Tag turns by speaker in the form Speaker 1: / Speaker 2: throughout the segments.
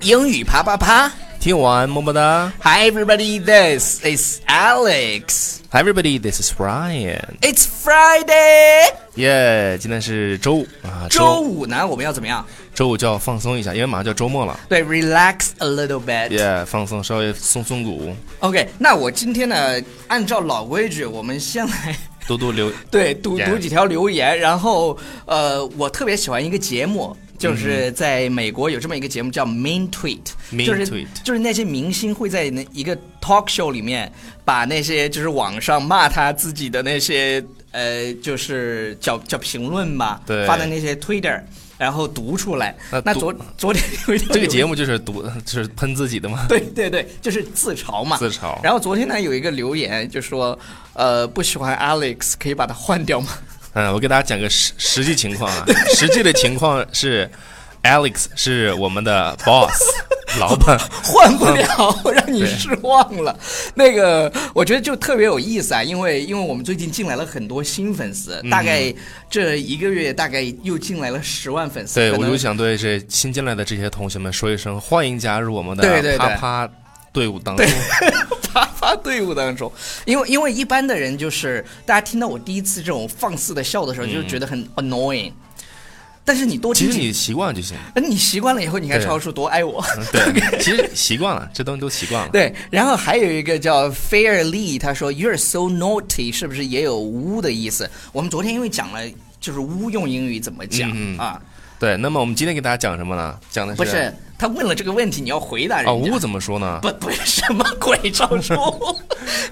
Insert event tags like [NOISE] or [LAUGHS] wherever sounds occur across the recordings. Speaker 1: 英语啪啪啪
Speaker 2: 听完么么哒。
Speaker 1: ！Hi everybody, this is Alex.
Speaker 2: Hi everybody, this is Ryan。
Speaker 1: It's Friday.
Speaker 2: 耶，今天是周五啊，
Speaker 1: 周五呢，我们要怎么样？
Speaker 2: 周五就要放松一下，因为马上就要周末了。
Speaker 1: 对，relax a little bit.
Speaker 2: 耶，放松，稍微松松骨，
Speaker 1: OK，那我今天呢，按照老规矩，我们先来
Speaker 2: 读读留。
Speaker 1: 对读
Speaker 2: Yeah.
Speaker 1: 读几条留言，然后呃，我特别喜欢一个节目。就是在美国有这么一个节目叫 Mean Tweet，
Speaker 2: 嗯 Mean
Speaker 1: 就是
Speaker 2: Tweet
Speaker 1: 就是那些明星会在那一个 talk show 里面，把那些就是网上骂他自己的那些呃，就是叫叫评论吧，
Speaker 2: 对
Speaker 1: 发在那些 Twitter，然后读出来。
Speaker 2: 那
Speaker 1: 那
Speaker 2: 读
Speaker 1: 昨昨
Speaker 2: [LAUGHS]
Speaker 1: 天有一条
Speaker 2: 这个
Speaker 1: 留
Speaker 2: 节目就是读， [LAUGHS] 就是喷自己
Speaker 1: [LAUGHS]
Speaker 2: 的嘛，
Speaker 1: 对对对，就是自嘲嘛。
Speaker 2: 自嘲。
Speaker 1: 然后昨天呢，有一个留言就说，呃，不喜欢 Alex，可以把他换掉吗？
Speaker 2: 嗯，我给大家讲个实实际情况啊， [LAUGHS] 实际的情况是，Alex 是我们的
Speaker 1: [LAUGHS]
Speaker 2: boss 老板，
Speaker 1: 换不
Speaker 2: 嗯
Speaker 1: 了， [LAUGHS] 让你失望了。那个，我觉得就特别有意思啊，因为因为我们最近进来了很多新粉丝，
Speaker 2: 嗯
Speaker 1: 大概这一个月大概又进来了十万粉丝。
Speaker 2: 对，
Speaker 1: 可
Speaker 2: 我
Speaker 1: 能 [LAUGHS]
Speaker 2: 就想对这新进来的这些同学们说一声，欢迎加入我们
Speaker 1: 对对对
Speaker 2: 的啪啪队伍当中。
Speaker 1: 啪啪队伍当中，因为因为一般的人就是大家听到我第一次这种放肆的笑的时候，就觉得很 annoying。但是你多听
Speaker 2: 嗯其
Speaker 1: 几
Speaker 2: 实你习
Speaker 1: [LAUGHS]
Speaker 2: 惯就行，
Speaker 1: 哎你习惯了以后，你看
Speaker 2: 对嗯
Speaker 1: 超叔多爱我。 [LAUGHS]
Speaker 2: 对，其实习惯了，这东西都习惯了。
Speaker 1: 对，然后还有一个叫 Fairly，他说 You're so naughty，是不是也有污的意思？我们昨天因为讲了，就是污用英语怎么讲、
Speaker 2: 嗯嗯
Speaker 1: 啊？
Speaker 2: 对，那么我们今天给大家讲什么呢？讲的
Speaker 1: 不是，他问了这个问题，你要回答人家。
Speaker 2: 啊，污怎么说呢？
Speaker 1: [LAUGHS] 不不是什么鬼招数？ [LAUGHS]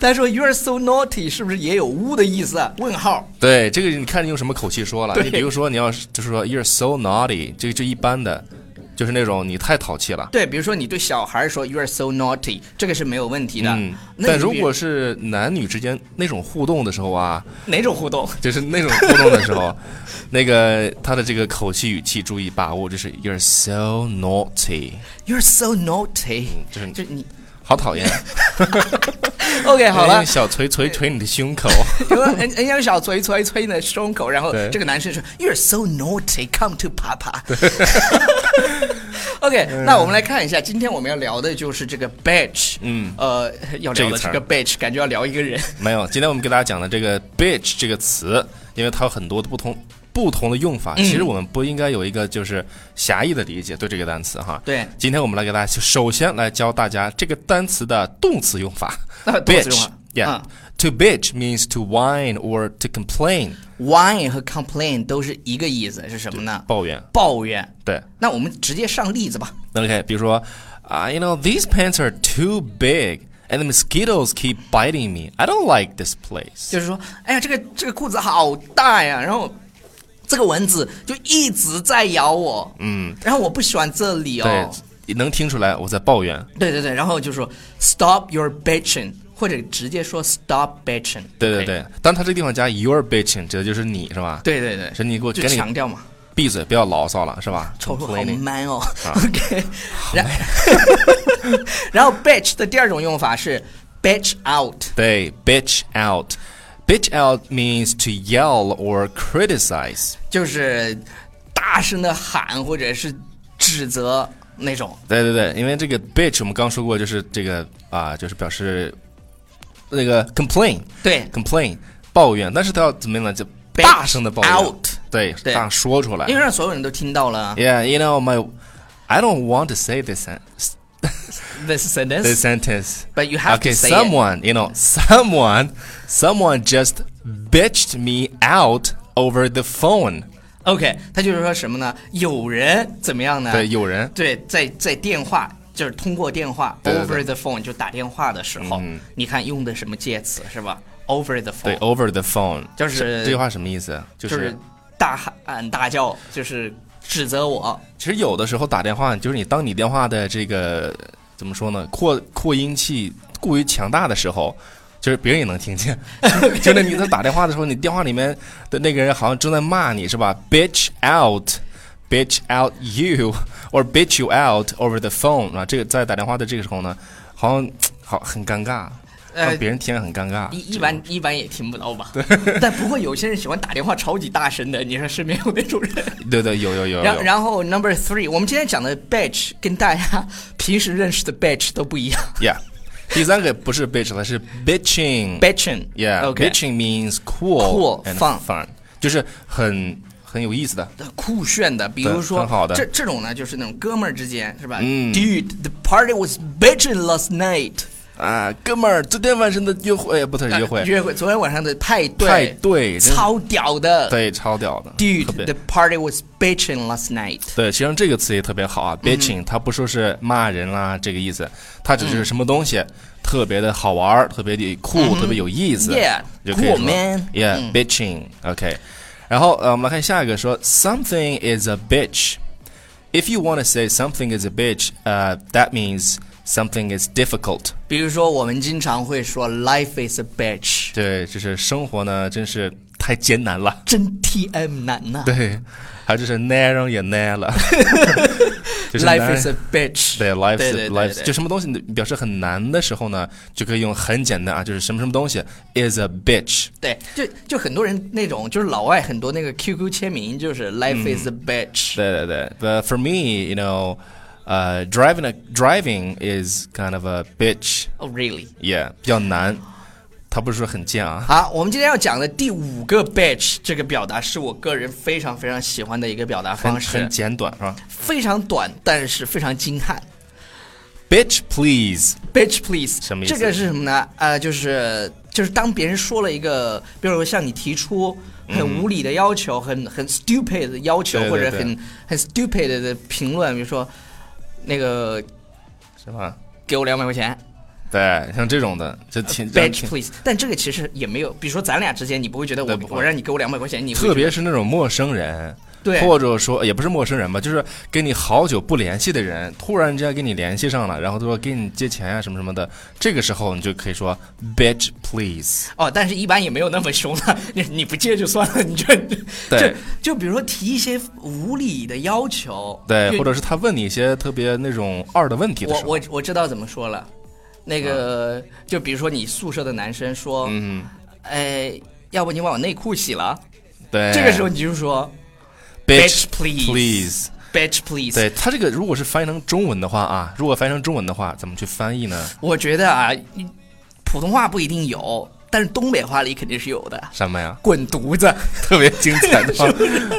Speaker 1: 他说 You're so naughty，是不是也有污的意思？啊问号。
Speaker 2: 对，这个你看你用什么口气说了。
Speaker 1: 对
Speaker 2: 你比如说，你要是就是说 you're so naughty，这个就一般的，就是那种你太淘气了。
Speaker 1: 对，比如说你对小孩说 You're so naughty，这个是没有问题的。
Speaker 2: 嗯，
Speaker 1: 那
Speaker 2: 但
Speaker 1: 你
Speaker 2: 如
Speaker 1: 比
Speaker 2: 果是男女之间那种互动的时候啊，
Speaker 1: 哪种互动？
Speaker 2: 就是那种互动的时
Speaker 1: [LAUGHS]
Speaker 2: 候，那个他的这个口气语气注意把握，就是 you're so naughty，
Speaker 1: You're so naughty，、
Speaker 2: 嗯就是
Speaker 1: 就你
Speaker 2: 好讨厌。
Speaker 1: OK [LAUGHS] 好了
Speaker 2: 用，小锤锤锤你的胸口。
Speaker 1: 比如说人人家有小锤锤锤你的胸口，然后
Speaker 2: 对
Speaker 1: 这个男生说 You're so naughty, come to papa。OK，、那我们来看一下，今天我们要聊的就是这个 bitch，
Speaker 2: 嗯
Speaker 1: 呃，要聊的这
Speaker 2: 这
Speaker 1: 个
Speaker 2: 个
Speaker 1: bitch，感觉要聊一个人。
Speaker 2: 没有，今天我们给大家讲的这个 bitch 这个词，因为它有很多的不同不同的用
Speaker 1: 嗯
Speaker 2: 法，其实我们不应该有一个就是狭义的理解对这个单词哈。
Speaker 1: 对
Speaker 2: 今天我们来给大家首先来教大家这个单词的动词用法。
Speaker 1: 那 [LAUGHS] 动词用法
Speaker 2: Bitch, yeah.、
Speaker 1: 嗯
Speaker 2: To bitch means to whine or to complain，
Speaker 1: Whine 和 complain 都是一个意思，是什么呢？
Speaker 2: 抱怨。
Speaker 1: 抱怨。
Speaker 2: 对
Speaker 1: 那我们直接上例子吧。
Speaker 2: ，OK，比如说啊、y o u know these pants are too big and the mosquitoes keep biting me. I don't like this place.
Speaker 1: 就是说，哎呀，这个这个裤子好大呀，然后这个蚊子就一直在咬我，嗯，然后我不喜欢这里哦，
Speaker 2: 对，能听出来我在抱怨。
Speaker 1: 对对对，然后就说 stop your bitching，或者直接说 stop bitching，
Speaker 2: 对对
Speaker 1: 可以
Speaker 2: 对，但他这个地方加 your bitching，指的就是你是吧？，
Speaker 1: 哎对对对，
Speaker 2: 是你给我
Speaker 1: 就
Speaker 2: 给你
Speaker 1: 强调嘛，
Speaker 2: 闭嘴，不要牢骚了是吧？
Speaker 1: 臭臭好
Speaker 2: Complaining
Speaker 1: man 哦、o
Speaker 2: 啊
Speaker 1: k 然 [LAUGHS] 然后 bitch 的第二种用法是 bitch out，
Speaker 2: 对，bitch out。Bitch out means to yell or criticize。
Speaker 1: 就是大声的喊或者是指责那种。
Speaker 2: 对对对，因为这个 bitch 我们刚说过，就是这个啊，就是表示那个 complain
Speaker 1: 对
Speaker 2: complain 抱怨，但是他要怎么样呢？就
Speaker 1: Bitch
Speaker 2: 大声的抱怨
Speaker 1: out
Speaker 2: 对，
Speaker 1: 对
Speaker 2: 大说出来
Speaker 1: 因。为让所有人都听到了
Speaker 2: Yeah, you know my, I don't want to say this sen-
Speaker 1: this sentence，
Speaker 2: this sentence.
Speaker 1: But you have
Speaker 2: okay,
Speaker 1: to say it.
Speaker 2: someone, you know, [LAUGHS] someone, someone just bitched me out over the phone.
Speaker 1: OK，他就是说什么呢？有人怎么样呢？
Speaker 2: 对，有人
Speaker 1: 对，在在电话，就是通过电话
Speaker 2: 对对对
Speaker 1: over the phone 就打电话的时候，你看用的什么介词是吧？over the
Speaker 2: 对
Speaker 1: phone
Speaker 2: over the phone，
Speaker 1: 就是
Speaker 2: 这句话什么意思？就、
Speaker 1: 就是是大喊嗯大叫，就是指责我。
Speaker 2: 其实有的时候打电话，就是你当你电话的这个怎么说呢，扩扩音器过于强大的时候。就是别人也能听见，
Speaker 1: [LAUGHS]
Speaker 2: 就是你在打电话的时候，你电话里面的那个人好像正在骂你是吧？Bitch out, bitch out you, or bitch you out over the phone 啊，这个在打电话的这个时候呢，好像好很尴尬，
Speaker 1: 呃
Speaker 2: 让别人听着很尴尬。
Speaker 1: 一一般一般也听不到吧？ [LAUGHS] 但不过有些人喜欢打电话超级大声的，你说身边有那种人。
Speaker 2: 对对，有有有
Speaker 1: 然
Speaker 2: 有。
Speaker 1: 然后 number three，我们今天讲的 batch 跟大家 [LAUGHS] 平时认识的 batch 都不一样。
Speaker 2: Yeah，第三个不是 bitch 了，是 bitching。
Speaker 1: batching，OK，
Speaker 2: Yeah，bitching means cool
Speaker 1: Cool,
Speaker 2: and
Speaker 1: fun
Speaker 2: fun，就是很很有意思的。
Speaker 1: 酷炫的，比如说
Speaker 2: 很好的
Speaker 1: 这这种呢，就是那种哥们儿之间是吧、
Speaker 2: 嗯
Speaker 1: d u d e the party was bitching last night，
Speaker 2: 啊，哥们儿，昨天晚上的约会，哎不是约
Speaker 1: 呃
Speaker 2: 会，
Speaker 1: 约会，昨天晚上的派对，
Speaker 2: 派对，真是
Speaker 1: 超屌的
Speaker 2: 对，超屌的特别
Speaker 1: ，dude，the party was bitching last night。
Speaker 2: 对，其实这个词也特别好啊，bitching，它
Speaker 1: 嗯
Speaker 2: 不说是骂人啦、这个意思，它只
Speaker 1: 嗯
Speaker 2: 是什么东西特别的好玩儿，特别的酷，特别有意思
Speaker 1: Yeah，
Speaker 2: 就可以说
Speaker 1: cool, man 嗯
Speaker 2: ，yeah，bitching，OK。然后呃，我们来看下一个，说 something is a bitch。If you want to say something is a bitch, uh, that means something is difficult.
Speaker 1: 比如说，我们经常会说 “life is a bitch”，
Speaker 2: 对，就是生活呢，真是太艰难了。
Speaker 1: 真 TM 难呐、
Speaker 2: 对，还有就是耐人也耐了。 [LAUGHS] 就是
Speaker 1: l i
Speaker 2: 男
Speaker 1: f e
Speaker 2: 人
Speaker 1: is a bitch。
Speaker 2: 对，life
Speaker 1: 对对
Speaker 2: is- life
Speaker 1: 对
Speaker 2: 就什么东西表示很难的时候呢，就可以用很简单啊，就是什么什么东西 is a bitch。
Speaker 1: 对，就就很多人那种，就是老外很多那个 QQ 签名就是 “life is a bitch”。
Speaker 2: 对对对，but for me, you know, uh, driving a driving is kind of a bitch.
Speaker 1: Oh really？
Speaker 2: Yeah，比较难，它不是说很贱啊。
Speaker 1: 好，我们今天要讲的第五个 bitch 这个表达是我个人非常非常喜欢的一个表达
Speaker 2: 很
Speaker 1: 方式
Speaker 2: 很，简短是吧
Speaker 1: 非常短，但是非常精悍。
Speaker 2: ？Bitch, please。
Speaker 1: Bitch please，
Speaker 2: 什么意思
Speaker 1: 这个是什么呢？呃，就是就是当别人说了一个，比如说向你提出很无理的要求、很很 stupid 的要求，
Speaker 2: 对对
Speaker 1: 或者
Speaker 2: 对
Speaker 1: 很很 stupid 的评论，比如说那个
Speaker 2: 是吧？
Speaker 1: 给我两百块钱
Speaker 2: 对，像这种的就挺让
Speaker 1: ，bitch
Speaker 2: 挺
Speaker 1: please。但这个其实也没有，比如说咱俩之间，你不会觉得
Speaker 2: 对
Speaker 1: 我
Speaker 2: 不会
Speaker 1: 我让你给我两百块钱，你会
Speaker 2: 特
Speaker 1: 觉
Speaker 2: 别是那种陌生人，
Speaker 1: 对
Speaker 2: 或者说也不是陌生人吧，就是跟你好久不联系的人，突然之间跟你联系上了，然后他说给你借钱啊什么什么的，这个时候你就可以说 bitch please，
Speaker 1: 得哦，但是一般也没有那么凶了，你你不借就算了，你就
Speaker 2: 对
Speaker 1: 就就比如说提一些无理的要求，
Speaker 2: 对，
Speaker 1: 就
Speaker 2: 或者是他问你一些特别那种二的问题的
Speaker 1: 我
Speaker 2: 时候，
Speaker 1: 我我知道怎么说了，那个、就比如说你宿舍的男生说，
Speaker 2: 嗯，
Speaker 1: 哎，要不你把我内裤洗了？
Speaker 2: 对，
Speaker 1: 这个时候你就说
Speaker 2: bitch
Speaker 1: please
Speaker 2: please，
Speaker 1: bitch please。
Speaker 2: 对他这个如果是翻译成中文的话啊，如果翻译成中文的话，怎么去翻译呢？
Speaker 1: 我觉得啊，你普通话不一定有，但是东北话里肯定是有的。
Speaker 2: 什么呀？
Speaker 1: 滚犊子！
Speaker 2: 特别精彩
Speaker 1: [LAUGHS]
Speaker 2: 的话，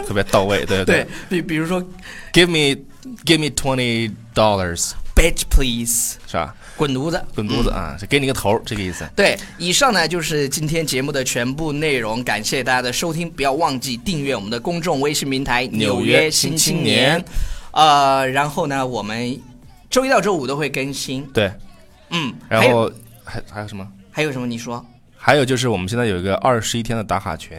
Speaker 2: 特别到位，对
Speaker 1: 对，比比如说
Speaker 2: ，give me give me twenty dollars，
Speaker 1: bitch please，
Speaker 2: 是吧？
Speaker 1: 滚犊子。
Speaker 2: 滚犊子啊，是给你个头儿，这个意思。
Speaker 1: 对，以上呢就是今天节目的全部内容，感谢大家的收听，不要忘记订阅我们的公众微信平台《
Speaker 2: 纽
Speaker 1: 纽
Speaker 2: 约
Speaker 1: 约
Speaker 2: 新
Speaker 1: 新
Speaker 2: 青
Speaker 1: 青
Speaker 2: 年
Speaker 1: 年》。呃，然后呢，我们周一到周五都会更新。
Speaker 2: 对，
Speaker 1: 嗯，
Speaker 2: 然
Speaker 1: 还有
Speaker 2: 后还还有什么？
Speaker 1: 还有什么？你说？
Speaker 2: 还有就是我们现在有一个二十一天的打卡群，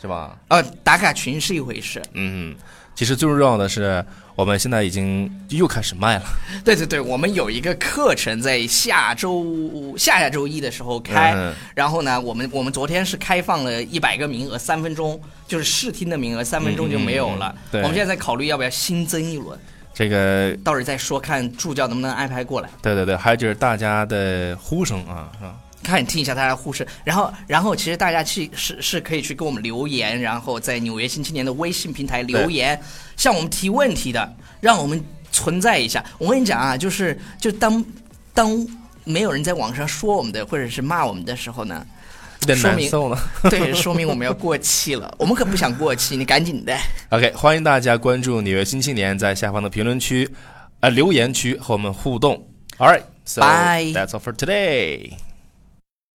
Speaker 2: 是吧？
Speaker 1: 呃，打卡群是一回事。 [LAUGHS]
Speaker 2: 嗯，其实最重要的是，我们现在已经又开始卖了。
Speaker 1: 对对对，我们有一个课程在下周下下周一的时候开，
Speaker 2: 嗯
Speaker 1: 然后呢，我们我们昨天是开放了一百个名额，三分钟就是试听的名额，三分钟就没有了。
Speaker 2: 嗯嗯嗯对
Speaker 1: 我们现在在考虑要不要新增一轮。
Speaker 2: 这个，
Speaker 1: 到时再说，看助教能不能安排过来，
Speaker 2: 对对对，还有就是大家的呼声啊，是吧？
Speaker 1: 看听一下大家的呼声。然后，然后其实大家去是是可以去给我们留言，然后在纽约新青年的微信平台留言，向我们提问题的，让我们存在一下。我跟你讲啊，就是就当当没有人在网上说我们的或者是骂我们的时候呢，
Speaker 2: 有点
Speaker 1: 说
Speaker 2: 难
Speaker 1: 明
Speaker 2: 受呢。
Speaker 1: 对，说明我们要过气了。我们可不想过气，你赶紧的。
Speaker 2: OK，欢迎大家关注《纽约新青年》，在下方的评论区、呃留言区和我们互动。All right, so
Speaker 1: Bye
Speaker 2: that's all for today.